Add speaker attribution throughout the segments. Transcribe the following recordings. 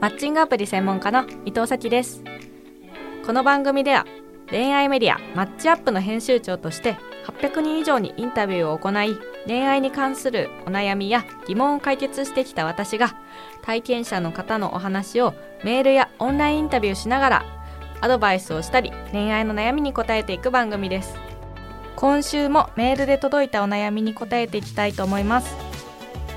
Speaker 1: マッチングアプリ専門家の伊藤咲ですこの番組では恋愛メディアマッチアップの編集長として800人以上にインタビューを行い恋愛に関するお悩みや疑問を解決してきた私が体験者の方のお話をメールやオンラインインタビューしながらアドバイスをしたり恋愛の悩みに答えていく番組です今週もメールで届いたお悩みに答えていきたいと思います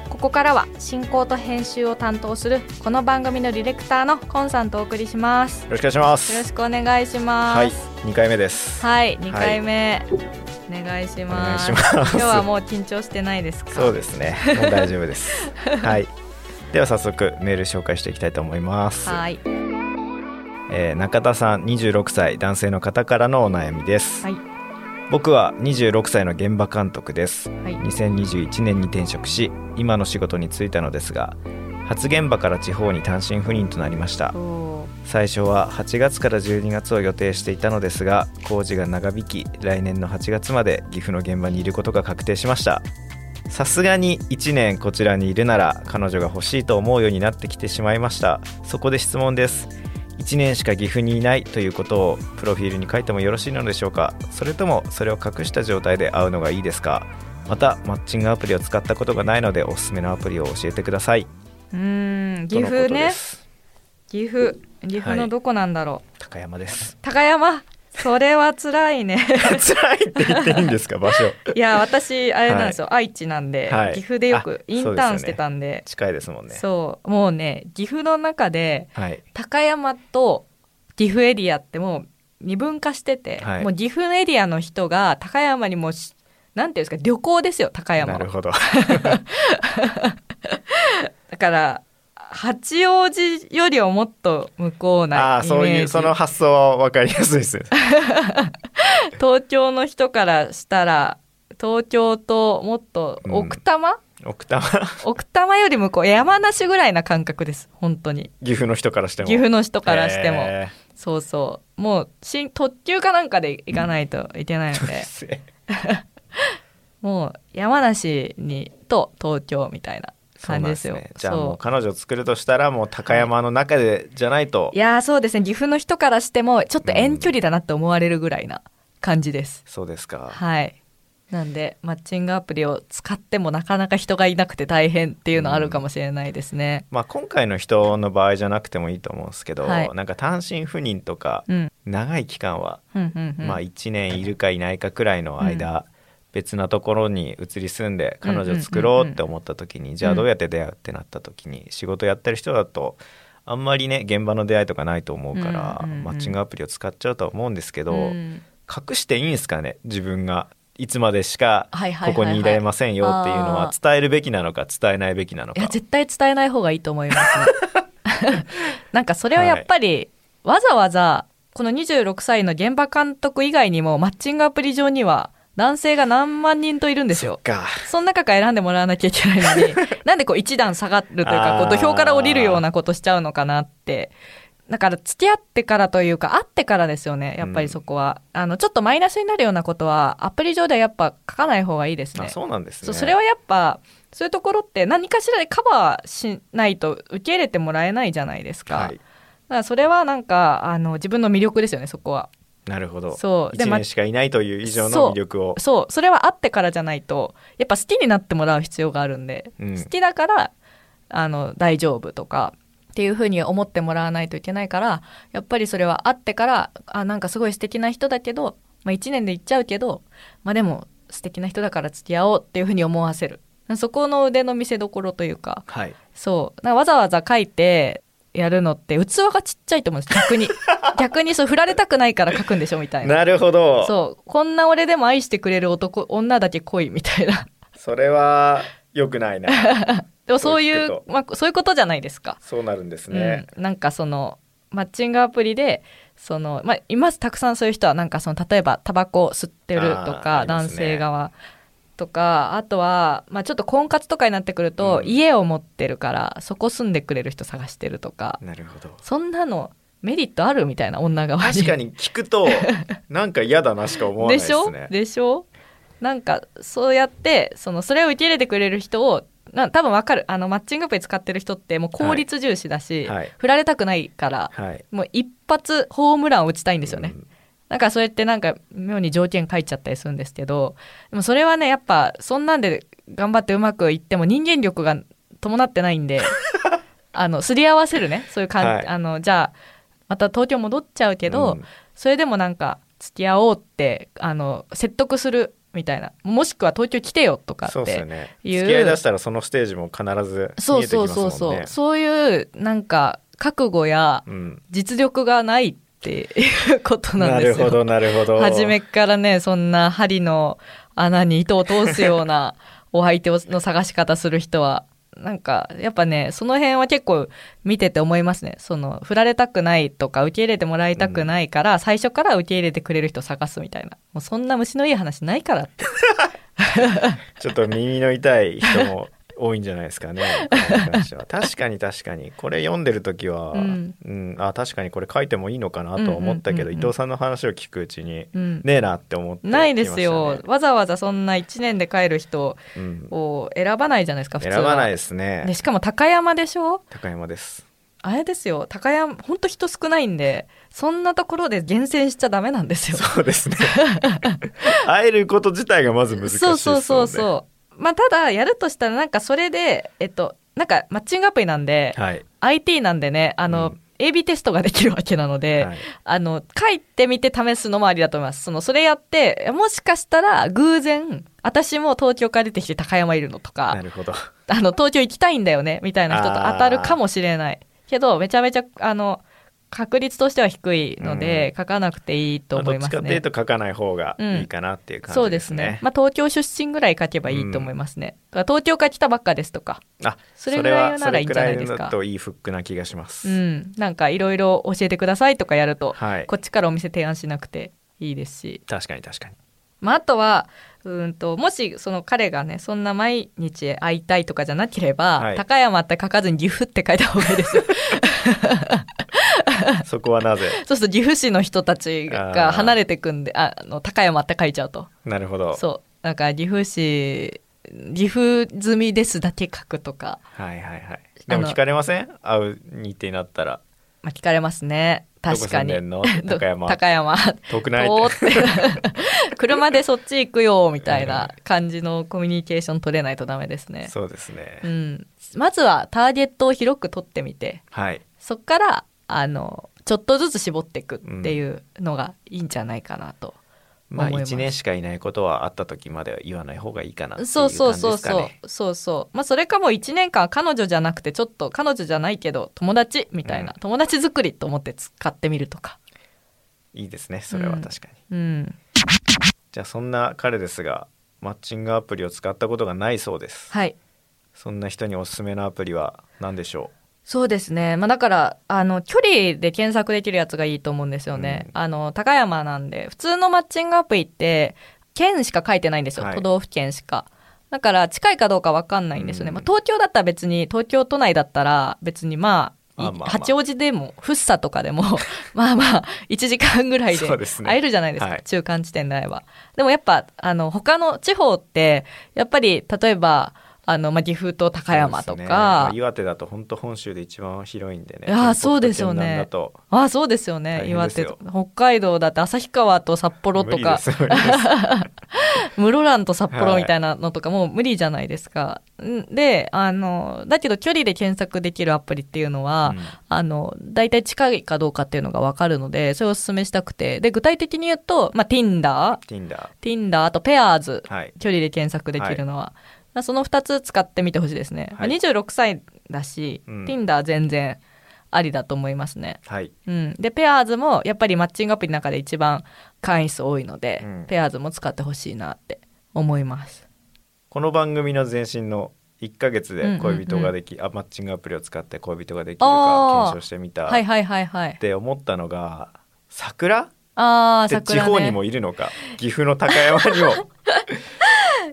Speaker 1: ここからは進行と編集を担当するこの番組のディレクターのコンさんとお送りしますよ
Speaker 2: ろしくお願いします
Speaker 1: ろしくお願いします
Speaker 2: はい、二回目です。
Speaker 1: はい、二回目、お願いします。
Speaker 2: お願いしま
Speaker 1: 今
Speaker 2: す
Speaker 1: 日はもう緊張してないですか。
Speaker 2: そうですね。もう大丈 夫です。はい。では早速メール紹介していきたいと思います。
Speaker 1: はい、
Speaker 2: えー中田さん、26歳、男性の方からのお悩みです。
Speaker 1: はい、
Speaker 2: 僕は26歳の現場監督です。
Speaker 1: はい、
Speaker 2: 2021年に転職し、今の仕事に就いたのですが、初現場から地方に単身赴任となりました。
Speaker 1: おー
Speaker 2: 最初は8月から12月を予定していたのですが工事が長引き来年の8月まで岐阜の現場にいることが確定しましたさすがに1年こちらにいるなら彼女が欲しいと思うようになってきてしまいましたそこで質問です1年しか岐阜にいないということをプロフィールに書いてもよろしいのでしょうかそれともそれを隠した状態で会うのがいいですかまたマッチングアプリを使ったことがないのでおすすめのアプリを教えてくださいう
Speaker 1: ーん、
Speaker 2: と
Speaker 1: 岐
Speaker 2: のこと
Speaker 1: 阜
Speaker 2: で
Speaker 1: ね、
Speaker 2: す
Speaker 1: 岐阜、岐阜
Speaker 2: は
Speaker 1: の
Speaker 2: い
Speaker 1: どこなんだろう。
Speaker 2: 高山です
Speaker 1: 高山、それは辛い ね。
Speaker 2: 辛いって言っていいんですか場 所
Speaker 1: いや、私あれなんですよ、愛知なんで、
Speaker 2: はい
Speaker 1: 岐阜でよく
Speaker 2: あ
Speaker 1: インターンしてたんで、
Speaker 2: 近いですもんね
Speaker 1: そう、もうね、岐阜の中で
Speaker 2: はい
Speaker 1: 高山と岐阜エリアってもう二分化してて、
Speaker 2: はい
Speaker 1: もう岐阜エリアの人が高山にもうしなんていうんですか旅行ですよ高山
Speaker 2: な
Speaker 1: は
Speaker 2: るほど
Speaker 1: だから八王子よりはもっと向こう
Speaker 2: あ
Speaker 1: なイ
Speaker 2: あ
Speaker 1: メージ
Speaker 2: そういうその発想は分かりやすいですね
Speaker 1: 東京の人からしたら東京ともっと
Speaker 2: うん
Speaker 1: 奥多摩、
Speaker 2: 奥多摩
Speaker 1: 奥多摩より向こう山梨ぐらいな感覚です本当に
Speaker 2: 岐阜の人からしても
Speaker 1: 岐阜の人からしても、
Speaker 2: へ
Speaker 1: そうそうもう新特急かなんかで行かないといけないの
Speaker 2: ー
Speaker 1: で、
Speaker 2: そうですね
Speaker 1: もう山梨にと東京みたいな
Speaker 2: そう
Speaker 1: 感じで
Speaker 2: なんですす
Speaker 1: よ。
Speaker 2: ねじゃあ
Speaker 1: そう
Speaker 2: もう彼女を作るとしたらもう高山の中でじゃないと
Speaker 1: いやーそうですね岐阜の人からしてもちょっと遠距離だなって思われるぐらいな感じです、
Speaker 2: そうですか
Speaker 1: はいなんでマッチングアプリを使ってもなかなか人がいなくて大変っていうのあるかもしれないですね
Speaker 2: まあ今回の人の場合じゃなくてもいいと思うんですけど
Speaker 1: はい
Speaker 2: なんか単身赴任とか
Speaker 1: うん
Speaker 2: 長い期間は
Speaker 1: うんうんうん
Speaker 2: まあ、1年いるかいないかくらいの間、別なところに移り住んで彼女を作ろうって思った時に、じゃあどうやって出会うってなった時に仕事やってる人だとあんまりね現場の出会いとかないと思うから、
Speaker 1: うんうんうん
Speaker 2: マッチングアプリを使っちゃうとは思うんですけど、
Speaker 1: ん
Speaker 2: 隠していいんですかね自分がいつまでしか
Speaker 1: はいはいはいは
Speaker 2: こ
Speaker 1: い
Speaker 2: こにいられませんよっていうの
Speaker 1: あ
Speaker 2: は
Speaker 1: ー
Speaker 2: 伝えるべきなのか伝えないべきなの
Speaker 1: いや
Speaker 2: か。
Speaker 1: 絶対伝えない方がいいと思い ます、ね、なんかそれはやっぱり、わざわざこの26歳の現場監督以外にもマッチングアプリ上には男性が何万人といるんですよ
Speaker 2: か
Speaker 1: その中から選んでもらわなきゃいけない のに、なんでこう一段下がるというか、こ
Speaker 2: あ
Speaker 1: う
Speaker 2: ー
Speaker 1: 土俵から降りるようなことしちゃうのかなって。だから付き合ってからというか、会ってからですよね、やっぱりそこは。あの、ちょっとマイナスになるようなことは、アプリ上ではやっぱ書かない方がいいですね。
Speaker 2: あそうなんですね
Speaker 1: そうそれはやっぱ、そういうところって何かしらでカバーしないと受け入れてもらえないじゃないですか。
Speaker 2: は
Speaker 1: だ
Speaker 2: い
Speaker 1: からそれはなんか、あの、自分の魅力ですよね、そこは。
Speaker 2: なるほど
Speaker 1: そうで
Speaker 2: 1
Speaker 1: ま
Speaker 2: 年しかいないという以上の魅力を
Speaker 1: そうそれはあってからじゃないとやっぱ好きになってもらう必要があるんで、
Speaker 2: うん
Speaker 1: 好きだからあの大丈夫とかっていうふうに思ってもらわないといけないからやっぱりそれはあってからあなんかすごい素敵な人だけど、まあ、1年で行っちゃうけど、まあ、でも素敵な人だから付き合おうっていうふうに思わせるそこの腕の見せ所というか
Speaker 2: はい
Speaker 1: そうなんかわざわざ書いてやるのって器がちっちゃいと思うんです逆 に逆にそう振られたくないから書くんでしょみたいな
Speaker 2: なるほど
Speaker 1: そう。こんな俺でも愛してくれる男、女だけ恋みたいな。
Speaker 2: それは良くないな。
Speaker 1: でもそうい
Speaker 2: そう
Speaker 1: う
Speaker 2: 聞く、
Speaker 1: まあ、そういうことじゃないですか。
Speaker 2: そうなるんですね。
Speaker 1: うん。なんかその、マッチングアプリで、その、まあ、います。たくさんそういう人は、なんかその、例えば、タバコ吸ってると
Speaker 2: あーあ
Speaker 1: か、
Speaker 2: ります
Speaker 1: 男
Speaker 2: ね
Speaker 1: 性側とか、あとは、まあ、ちょっと婚活とかになってくると、
Speaker 2: うん
Speaker 1: 家を持ってるから、そこ住んでくれる人探してるとか、
Speaker 2: なるほど。
Speaker 1: そんなの、メリットあるみたいな女側に。
Speaker 2: 確かに聞く となんか嫌だなしか思わない
Speaker 1: で
Speaker 2: です
Speaker 1: しょ
Speaker 2: ね。
Speaker 1: でしょなんかそうやってそのそれを受け入れてくれる人をな多分わかるあのマッチングアプリ使ってる人ってもう効率重視だし、
Speaker 2: はい
Speaker 1: 振られたくないから、
Speaker 2: はい
Speaker 1: もう一発ホームランを打ちたいんですよね、
Speaker 2: うん
Speaker 1: だからそれってなんか妙に条件書いちゃったりするんですけどでもそれはねやっぱそんなんで頑張ってうまくいっても人間力が伴ってないん であのすり合わせるねそういう感じ、
Speaker 2: はい
Speaker 1: あのじゃあまた東京戻っちゃうけど、
Speaker 2: うん
Speaker 1: それでもなんか付き合おうってあの説得するみたいなもしくは東京来てよとかって
Speaker 2: そうですよね
Speaker 1: いう
Speaker 2: 付き合いだしたらそのステージも必ず
Speaker 1: そ
Speaker 2: 見
Speaker 1: う
Speaker 2: えてき
Speaker 1: そ
Speaker 2: ま
Speaker 1: う
Speaker 2: すも
Speaker 1: そ
Speaker 2: ん
Speaker 1: う
Speaker 2: ね
Speaker 1: そう、そういうなんか覚悟や
Speaker 2: うん、
Speaker 1: 実力がないっていうことな
Speaker 2: なん
Speaker 1: で
Speaker 2: る
Speaker 1: すよ。
Speaker 2: ほどなるほど
Speaker 1: 初めからねそんな針の穴に糸を通すよう なお相手をの探し方する人はなんかやっぱねその辺は結構見てて思いますねその振られたくないとか受け入れてもらいたくないから、最初から受け入れてくれる人を探すみたいなもうそんな虫のいい話ないからって
Speaker 2: ちょっと耳の痛い人も多いんじゃないですかね。 これに関しては確かに確かにこれ読んでる時は、う
Speaker 1: うんん
Speaker 2: あ確かにこれ書いてもいいのかなとは思ったけ
Speaker 1: う
Speaker 2: ど、
Speaker 1: んうんうんうん
Speaker 2: 伊藤さんの話を聞くうちに
Speaker 1: うん
Speaker 2: ねえなって思ってきましたね、
Speaker 1: ないですよ、わざわざそんな1年で帰る人
Speaker 2: うん、
Speaker 1: を選ばないじゃないですか普
Speaker 2: 選
Speaker 1: 通は
Speaker 2: ばないですね
Speaker 1: でしかも高山でしょ
Speaker 2: 高山です。
Speaker 1: あれですよ高山ほんと人少ないんでそんなところで厳選しちゃダメなんですよ
Speaker 2: そうですね。 会えること自体がまず難しいですもん
Speaker 1: そう
Speaker 2: ね。
Speaker 1: そうそうそうまあただやるとしたらなんかそれでえっとなんかマッチングアプリなんで、
Speaker 2: はい。
Speaker 1: IT なんでねあの、
Speaker 2: うん
Speaker 1: AB テストができるわけなので、
Speaker 2: はい
Speaker 1: あの書いてみて試すのもありだと思いますそのそれやってもしかしたら偶然私も東京から出てきて高山いるのとか
Speaker 2: なるほど。
Speaker 1: あの東京行きたいんだよねみたいな人と当たるかもしれないけどめちゃめちゃあの確率としては低いので、書かなくていいと
Speaker 2: まあど
Speaker 1: 思い
Speaker 2: っ
Speaker 1: ます
Speaker 2: ちかってい
Speaker 1: ね
Speaker 2: う。と書かない方がいいかなっていう感
Speaker 1: そう
Speaker 2: じで
Speaker 1: ですす
Speaker 2: ね
Speaker 1: ね。。まあ東京出身ぐらい書けばいいと思いますね。だから東京から来たばっかですとか、
Speaker 2: あ、そ
Speaker 1: それ
Speaker 2: れ
Speaker 1: ぐらい
Speaker 2: は
Speaker 1: な
Speaker 2: そ
Speaker 1: ら
Speaker 2: れ
Speaker 1: いいん
Speaker 2: く
Speaker 1: じゃ
Speaker 2: ら
Speaker 1: ない
Speaker 2: い
Speaker 1: ですか
Speaker 2: だといいフックな気がします。
Speaker 1: うん、なんかいろいろ教えてくださいとかやると、
Speaker 2: はい
Speaker 1: こっちからお店提案しなくていいですし、
Speaker 2: 確かに確かに。
Speaker 1: まああとはうーんともしその彼がねそんな毎日会いたいとかじゃなければ、
Speaker 2: はい
Speaker 1: 高山って書かずに岐阜って書いた方がいいですよ。
Speaker 2: そこはな ぜ。
Speaker 1: そうすると岐阜市の人たち
Speaker 2: あー
Speaker 1: が離れてくんでああの高山って書いちゃうと
Speaker 2: なるほど。
Speaker 1: そうなんか岐阜市岐阜済みですだけ書くとか、
Speaker 2: はいはいはい。でも
Speaker 1: あの
Speaker 2: 聞かれません会う日程になったら。
Speaker 1: まあ、聞かれますね確かに
Speaker 2: どこ住んでん の高山
Speaker 1: 高山
Speaker 2: 遠くない
Speaker 1: 遠
Speaker 2: っ。
Speaker 1: って て車でそっち行くよみたいな感じのコミュニケーション取れないとダメですね
Speaker 2: そうですね。
Speaker 1: うんまずはターゲットを広く取ってみて
Speaker 2: はい。
Speaker 1: そっからあのちょっとずつ絞っていくっていうのがいいんじゃないかなと、
Speaker 2: まあ
Speaker 1: 思います
Speaker 2: 1年しかいないことは会った時までは言わない方がいいかなっていう
Speaker 1: そ
Speaker 2: 感
Speaker 1: う
Speaker 2: じ
Speaker 1: そうそ
Speaker 2: で
Speaker 1: う
Speaker 2: すか
Speaker 1: そう
Speaker 2: ね。
Speaker 1: そうそうまあそれかもう1年間彼女じゃなくてちょっと彼女じゃないけど友達みたいな、
Speaker 2: うん
Speaker 1: 友達作りと思って使ってみるとか
Speaker 2: いいですね。それは確かに。
Speaker 1: うん
Speaker 2: じゃあそんな彼ですが、マッチングアプリを使ったことがないそうです。
Speaker 1: はい
Speaker 2: そんな人におすすめのアプリは何でしょ
Speaker 1: そうですねまあだからあの距離で検索できるやつがいいと思うんですよね、
Speaker 2: うん
Speaker 1: あの高山なんで普通のマッチングアプリって県しか書いてないんですよ、
Speaker 2: はい
Speaker 1: 都道府県しかだから近いかどうか分かんないんですよね、
Speaker 2: うん
Speaker 1: まあ、東京だったら別に東京都内だったら別にまあ
Speaker 2: まあまあまあ
Speaker 1: 八王子でも福生とかでも まあまあ1時間ぐらいで
Speaker 2: そうですね
Speaker 1: 会えるじゃないですか
Speaker 2: はい
Speaker 1: 中間地点であればでもやっぱあの他の地方ってやっぱり例えばあの、まあ、岐阜と
Speaker 2: う
Speaker 1: 高山と
Speaker 2: そうですねま
Speaker 1: か、
Speaker 2: あ岩手だと本当本州で一番広いんでね。
Speaker 1: あーそうですよね
Speaker 2: 県北と
Speaker 1: ああそうですよ
Speaker 2: 大
Speaker 1: ね
Speaker 2: 変
Speaker 1: 岩
Speaker 2: です
Speaker 1: 手
Speaker 2: よ
Speaker 1: と北海道だって旭川と札幌
Speaker 2: 県南だと。
Speaker 1: とか
Speaker 2: 無理です無理です
Speaker 1: 室蘭と札幌みたいなのとかもう無理じゃないですか。んであのだけど距離で検索できるアプリっていうのは、
Speaker 2: うん
Speaker 1: あの大体近いかどうかっていうのが分かるのでそれをお勧めしたくてで具体的に言うと、まあ、Tinder,
Speaker 2: Tinder。
Speaker 1: Tinder あと Pairs
Speaker 2: はい。
Speaker 1: 距離で検索できるのは、まあその2つ使ってみてほしいですね、
Speaker 2: はい
Speaker 1: 26歳だし、
Speaker 2: うん
Speaker 1: Tinder 全然ありだと思いますね
Speaker 2: はい。
Speaker 1: うん、でペアーズもやっぱりマッチングアプリの中で一番会員数多いので、
Speaker 2: うん
Speaker 1: ペアーズも使ってほしいなって思います
Speaker 2: この番組の前身の1ヶ月で恋人ができ、あマッチングアプリを使って恋人ができる
Speaker 1: あ
Speaker 2: か
Speaker 1: ー
Speaker 2: 検証してみた
Speaker 1: はい
Speaker 2: っ
Speaker 1: はいはいはい
Speaker 2: て思ったのが桜
Speaker 1: ああ
Speaker 2: って地
Speaker 1: 桜、ね、
Speaker 2: 方にもいるのか、岐阜の高山にも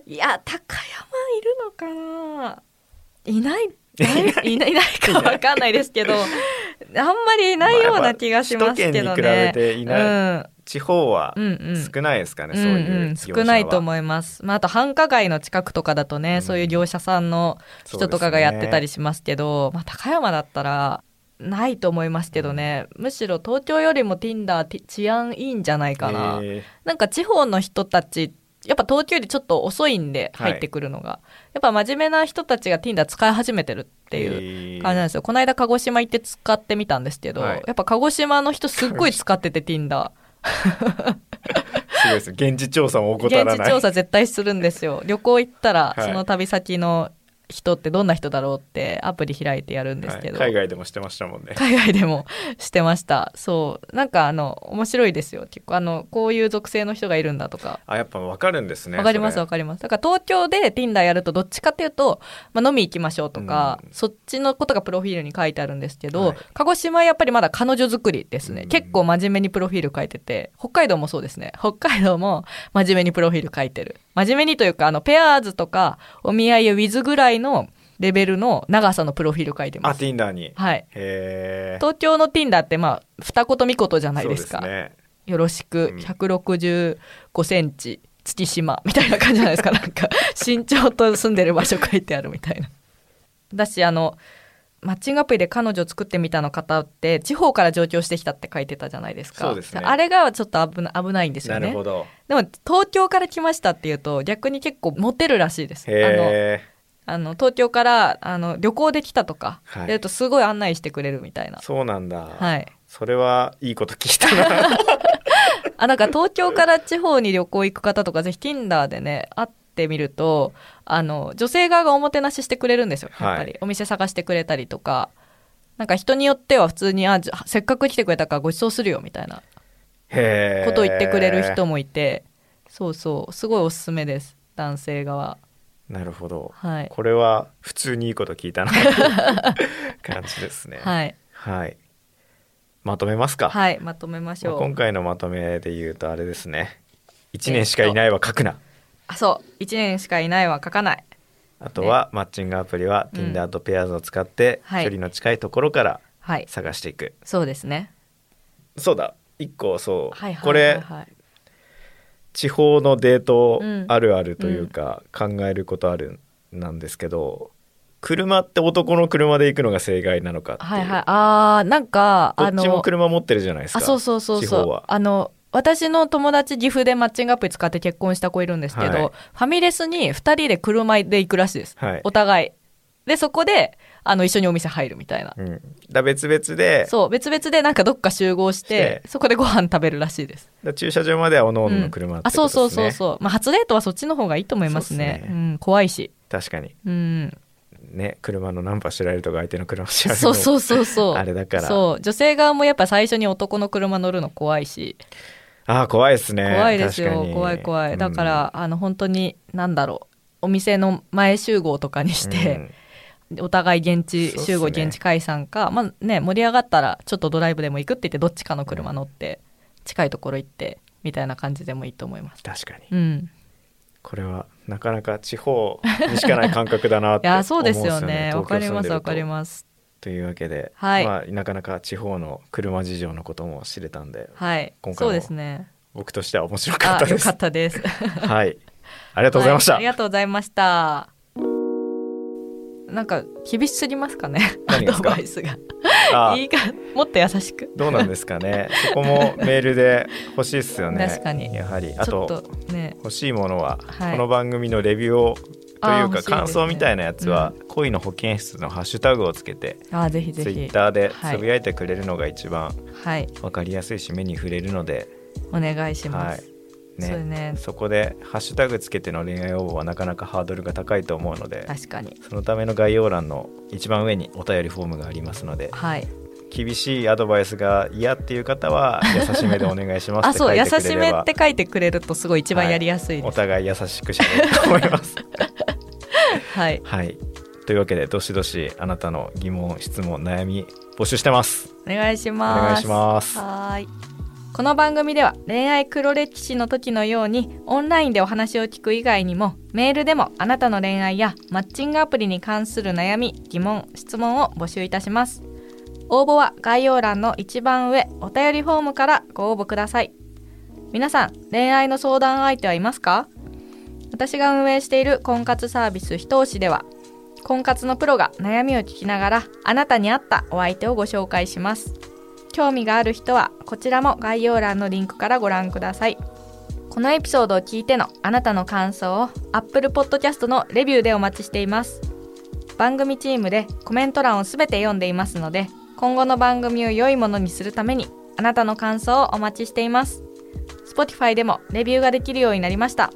Speaker 1: いや高山いるのかないないいないいないいないかわかんないですけどあんまりい ないような気がしますけど
Speaker 2: 首都圏に比べ
Speaker 1: ね。
Speaker 2: ていない、地方は
Speaker 1: うん、うんうん。
Speaker 2: 少ないですかね、
Speaker 1: うん
Speaker 2: そう
Speaker 1: う、
Speaker 2: いうん業者は、
Speaker 1: 少ないと思います、まあ、あと繁華街の近くとかだとね、
Speaker 2: うん
Speaker 1: そういう業者さんの人とかがやってたりしますけどまあ、高山だったらないと思いますけどね、むしろ東京よりも Tinder て治安いいんじゃないかな、
Speaker 2: えー
Speaker 1: なんか地方の人たちやっぱ東京よりちょっと遅いんで
Speaker 2: はい
Speaker 1: 入ってくるのが、やっぱ真面目な人たちが Tinder 使い始めてるっていう
Speaker 2: う
Speaker 1: 感じなんですよこの間鹿児島行って使ってみたんですけど、
Speaker 2: はい
Speaker 1: やっぱ鹿児島の人すっごい使ってて Tinder
Speaker 2: すごいですね現地調査も 怠らない
Speaker 1: 現地調査絶対するんです よ旅行行ったら、
Speaker 2: はい
Speaker 1: その旅先の人ってどんな人だろうってアプリ開いてやるんですけど、
Speaker 2: はい海外でもしてましたもんね
Speaker 1: 海外でもしてましたそうなんかあの面白いですよ結構あのこういう属性の人がいるんだとか
Speaker 2: あやっぱ分かるんですね
Speaker 1: わかります
Speaker 2: それ
Speaker 1: わかりますだから東京で Tinder やるとどっちかっていうと、まあ、飲み行きましょうとか、
Speaker 2: うん
Speaker 1: そっちのことがプロフィールに書いてあるんですけど、
Speaker 2: はい
Speaker 1: 鹿児島はやっぱりまだ彼女作りですね、
Speaker 2: うん
Speaker 1: 結構真面目にプロフィール書いてて北海道もそうですね北海道も真面目にプロフィール書いてる真面目にというかあのペアーズとかお見合いウィズぐらいのレベルの長さのプロフィール書いて
Speaker 2: あ
Speaker 1: ます
Speaker 2: Tinder に
Speaker 1: はい
Speaker 2: へー
Speaker 1: 東京の Tinder ってまあ二言三言じゃないですか
Speaker 2: そうですね
Speaker 1: よろしく
Speaker 2: うん
Speaker 1: 165センチ月島みたいな感じじゃないです かなんか身長と住んでる場所書いてあるみたいなだしあのマッチングアプリで彼女作ってみたの方って地方から上京してきたって書いてたじゃないですか
Speaker 2: そうですね
Speaker 1: あれがちょっと危な危ないんですよ
Speaker 2: なる
Speaker 1: ね
Speaker 2: ほど
Speaker 1: でも東京から来ましたっていうと逆に結構モテるらしいですあの
Speaker 2: へ
Speaker 1: あの東京からあの旅行で来たとか、
Speaker 2: は
Speaker 1: や
Speaker 2: い
Speaker 1: るとすごい案内してくれるみたいな
Speaker 2: ーそうなんだ、
Speaker 1: はい
Speaker 2: それはいいこと聞いたな
Speaker 1: あなんか東京から地方に旅行行く方とかぜひ Tinder でね会ってみるとあの女性側がおもてなししてくれるんですよやっぱり、
Speaker 2: は
Speaker 1: お店探してくれたりとかなんか人によっては普通にあじゃせっかく来てくれたからご馳走するよみたいな
Speaker 2: へー
Speaker 1: ことを言ってくれる人もいて、そうそうすごいおすすめです男性側
Speaker 2: なるほど
Speaker 1: はい、
Speaker 2: これは普通にいいこと聞いたな感じですねい、
Speaker 1: はい、
Speaker 2: はいまとめますか、
Speaker 1: はい、まとめまし
Speaker 2: まあ
Speaker 1: ょう、
Speaker 2: 今回のまとめで言うとあれですね1年しかいないは書くな、
Speaker 1: あそう1年しかいないは書かない
Speaker 2: あとはマッチングアプリは
Speaker 1: うん
Speaker 2: Tinder と Pairs を使って距
Speaker 1: はい
Speaker 2: 離の近いところから
Speaker 1: はい
Speaker 2: 探していく、
Speaker 1: そうですね
Speaker 2: そうだ1個そう、
Speaker 1: はいはい
Speaker 2: こ
Speaker 1: はい、
Speaker 2: れ
Speaker 1: はい、
Speaker 2: 地方のデートあるあるといううんか、考えることあるなんですけど車って男の車で行くのが正解なのかっていう、
Speaker 1: はいはいあーなんかあ
Speaker 2: どっちも
Speaker 1: の
Speaker 2: 車持ってるじゃないですか
Speaker 1: あそうそうそう
Speaker 2: 地
Speaker 1: そ
Speaker 2: 方
Speaker 1: う
Speaker 2: は
Speaker 1: あの私の友達岐阜でマッチングアプリ使って結婚した子いるんですけど、
Speaker 2: はい
Speaker 1: ファミレスに2人で車で行くらしいです、
Speaker 2: はい
Speaker 1: お互いでそこであの一緒にお店入るみたいな、
Speaker 2: うん、だ別々で
Speaker 1: そう別々でなんかどっか集合して
Speaker 2: して
Speaker 1: そこでご飯食べるらしいです
Speaker 2: だ駐車場まではおのおの
Speaker 1: う
Speaker 2: の
Speaker 1: ん
Speaker 2: 車って
Speaker 1: あ
Speaker 2: こと
Speaker 1: そう
Speaker 2: です、ね
Speaker 1: そうそうそう、まあ、初デートはそっちの方がいいと思いますねう
Speaker 2: そうっすね
Speaker 1: ん、怖いし
Speaker 2: 確かに
Speaker 1: うん
Speaker 2: ね車のナンパ知られるとか相手の車知られる
Speaker 1: そうそうそうそう
Speaker 2: あれだから
Speaker 1: そう女性側もやっぱ最初に男の車乗るの怖いし
Speaker 2: ああ怖いですね
Speaker 1: 怖いです
Speaker 2: 確
Speaker 1: よ
Speaker 2: かに
Speaker 1: 怖い怖
Speaker 2: う
Speaker 1: い
Speaker 2: ん
Speaker 1: だから、あの本当に何だろうお店の前集合とかにして、お互い現地集合、
Speaker 2: そうっすね
Speaker 1: 現地解散か、まあね、盛り上がったらちょっとドライブでも行くって言ってどっちかの車乗って近いところ行ってみたいな感じでもいいと思います。
Speaker 2: 確かに
Speaker 1: うん、
Speaker 2: これはなかなか地方にしかない感覚だな っ
Speaker 1: い
Speaker 2: て思う
Speaker 1: や
Speaker 2: んです
Speaker 1: そ
Speaker 2: よ
Speaker 1: うですよね
Speaker 2: ね
Speaker 1: わかりますわかり
Speaker 2: す
Speaker 1: ます
Speaker 2: というわけで、
Speaker 1: はい
Speaker 2: まあ、なかなか地方の車事情のことも知れたんで
Speaker 1: はい
Speaker 2: 今回
Speaker 1: そ
Speaker 2: も
Speaker 1: うですね
Speaker 2: 僕としては面白かっ
Speaker 1: あ
Speaker 2: た
Speaker 1: よ
Speaker 2: です
Speaker 1: かったですあり
Speaker 2: はいありがとうございました、
Speaker 1: ありがとうございましたなんか厳しすぎますかねア
Speaker 2: 何が
Speaker 1: ド
Speaker 2: ですか
Speaker 1: バイスが
Speaker 2: あ
Speaker 1: いいかもっと優しく
Speaker 2: どうなんですかねそこもメールで欲しいですよね
Speaker 1: 確かに
Speaker 2: やはりあ
Speaker 1: ちょっ
Speaker 2: と
Speaker 1: とね
Speaker 2: 欲しいものは、
Speaker 1: はい
Speaker 2: この番組のレビューをと
Speaker 1: あー
Speaker 2: いう
Speaker 1: 欲しいで
Speaker 2: か
Speaker 1: すね
Speaker 2: 感想みたいなやつは、恋の保健室のハッシュタグをつけて
Speaker 1: あーぜひぜ
Speaker 2: ツイ
Speaker 1: ひ
Speaker 2: ッターで
Speaker 1: はい
Speaker 2: つぶやいてくれるのが一番
Speaker 1: はい
Speaker 2: わかりやすいし目に触れるので、
Speaker 1: お願いしま
Speaker 2: は
Speaker 1: す、
Speaker 2: い
Speaker 1: そうね
Speaker 2: ねそこでハッシュタグつけての恋愛応募はなかなかハードルが高いと思うので
Speaker 1: 確かに
Speaker 2: そのための概要欄の一番上にお便りフォームがありますので
Speaker 1: はい
Speaker 2: 厳しいアドバイスが嫌っていう方は優しめでお願いします
Speaker 1: あ
Speaker 2: って
Speaker 1: そ
Speaker 2: 書
Speaker 1: う「
Speaker 2: い
Speaker 1: 優
Speaker 2: てくれれば
Speaker 1: しめ」って書いてくれるとすごい一番やりやすいで
Speaker 2: お
Speaker 1: すは
Speaker 2: 互い優しくしゃべると思います。
Speaker 1: い、
Speaker 2: はいというわけでどしどしあなたの疑問質問悩み募集してます。
Speaker 1: お願いし
Speaker 2: お
Speaker 1: ます
Speaker 2: 願いします。
Speaker 1: はーいこの番組では恋愛黒歴史の時のようにオンラインでお話を聞く以外にもメールでもあなたの恋愛やマッチングアプリに関する悩み疑問質問を募集いたします応募は概要欄の一番上お便りフォームからご応募ください皆さん恋愛の相談相手はいますか私が運営している婚活サービス人押しでは婚活のプロが悩みを聞きながらあなたに合ったお相手をご紹介します興味がある人はこちらも概要欄のリンクからご覧くださいこのエピソードを聞いてのあなたの感想を Apple Podcast のレビューでお待ちしています番組チームでコメント欄をすべて読んでいますので今後の番組を良いものにするためにあなたの感想をお待ちしています Spotify でもレビューができるようになりました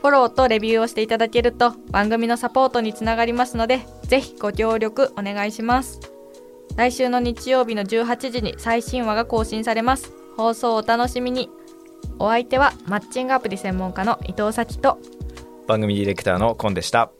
Speaker 1: フォローとレビューをしていただけると番組のサポートにつながりますのでぜひご協力お願いします来週の日曜日の18時に最新話が更新されます放送をお楽しみにお相手はマッチングアプリ専門家の伊藤咲と
Speaker 2: 番組ディレクターのコンでした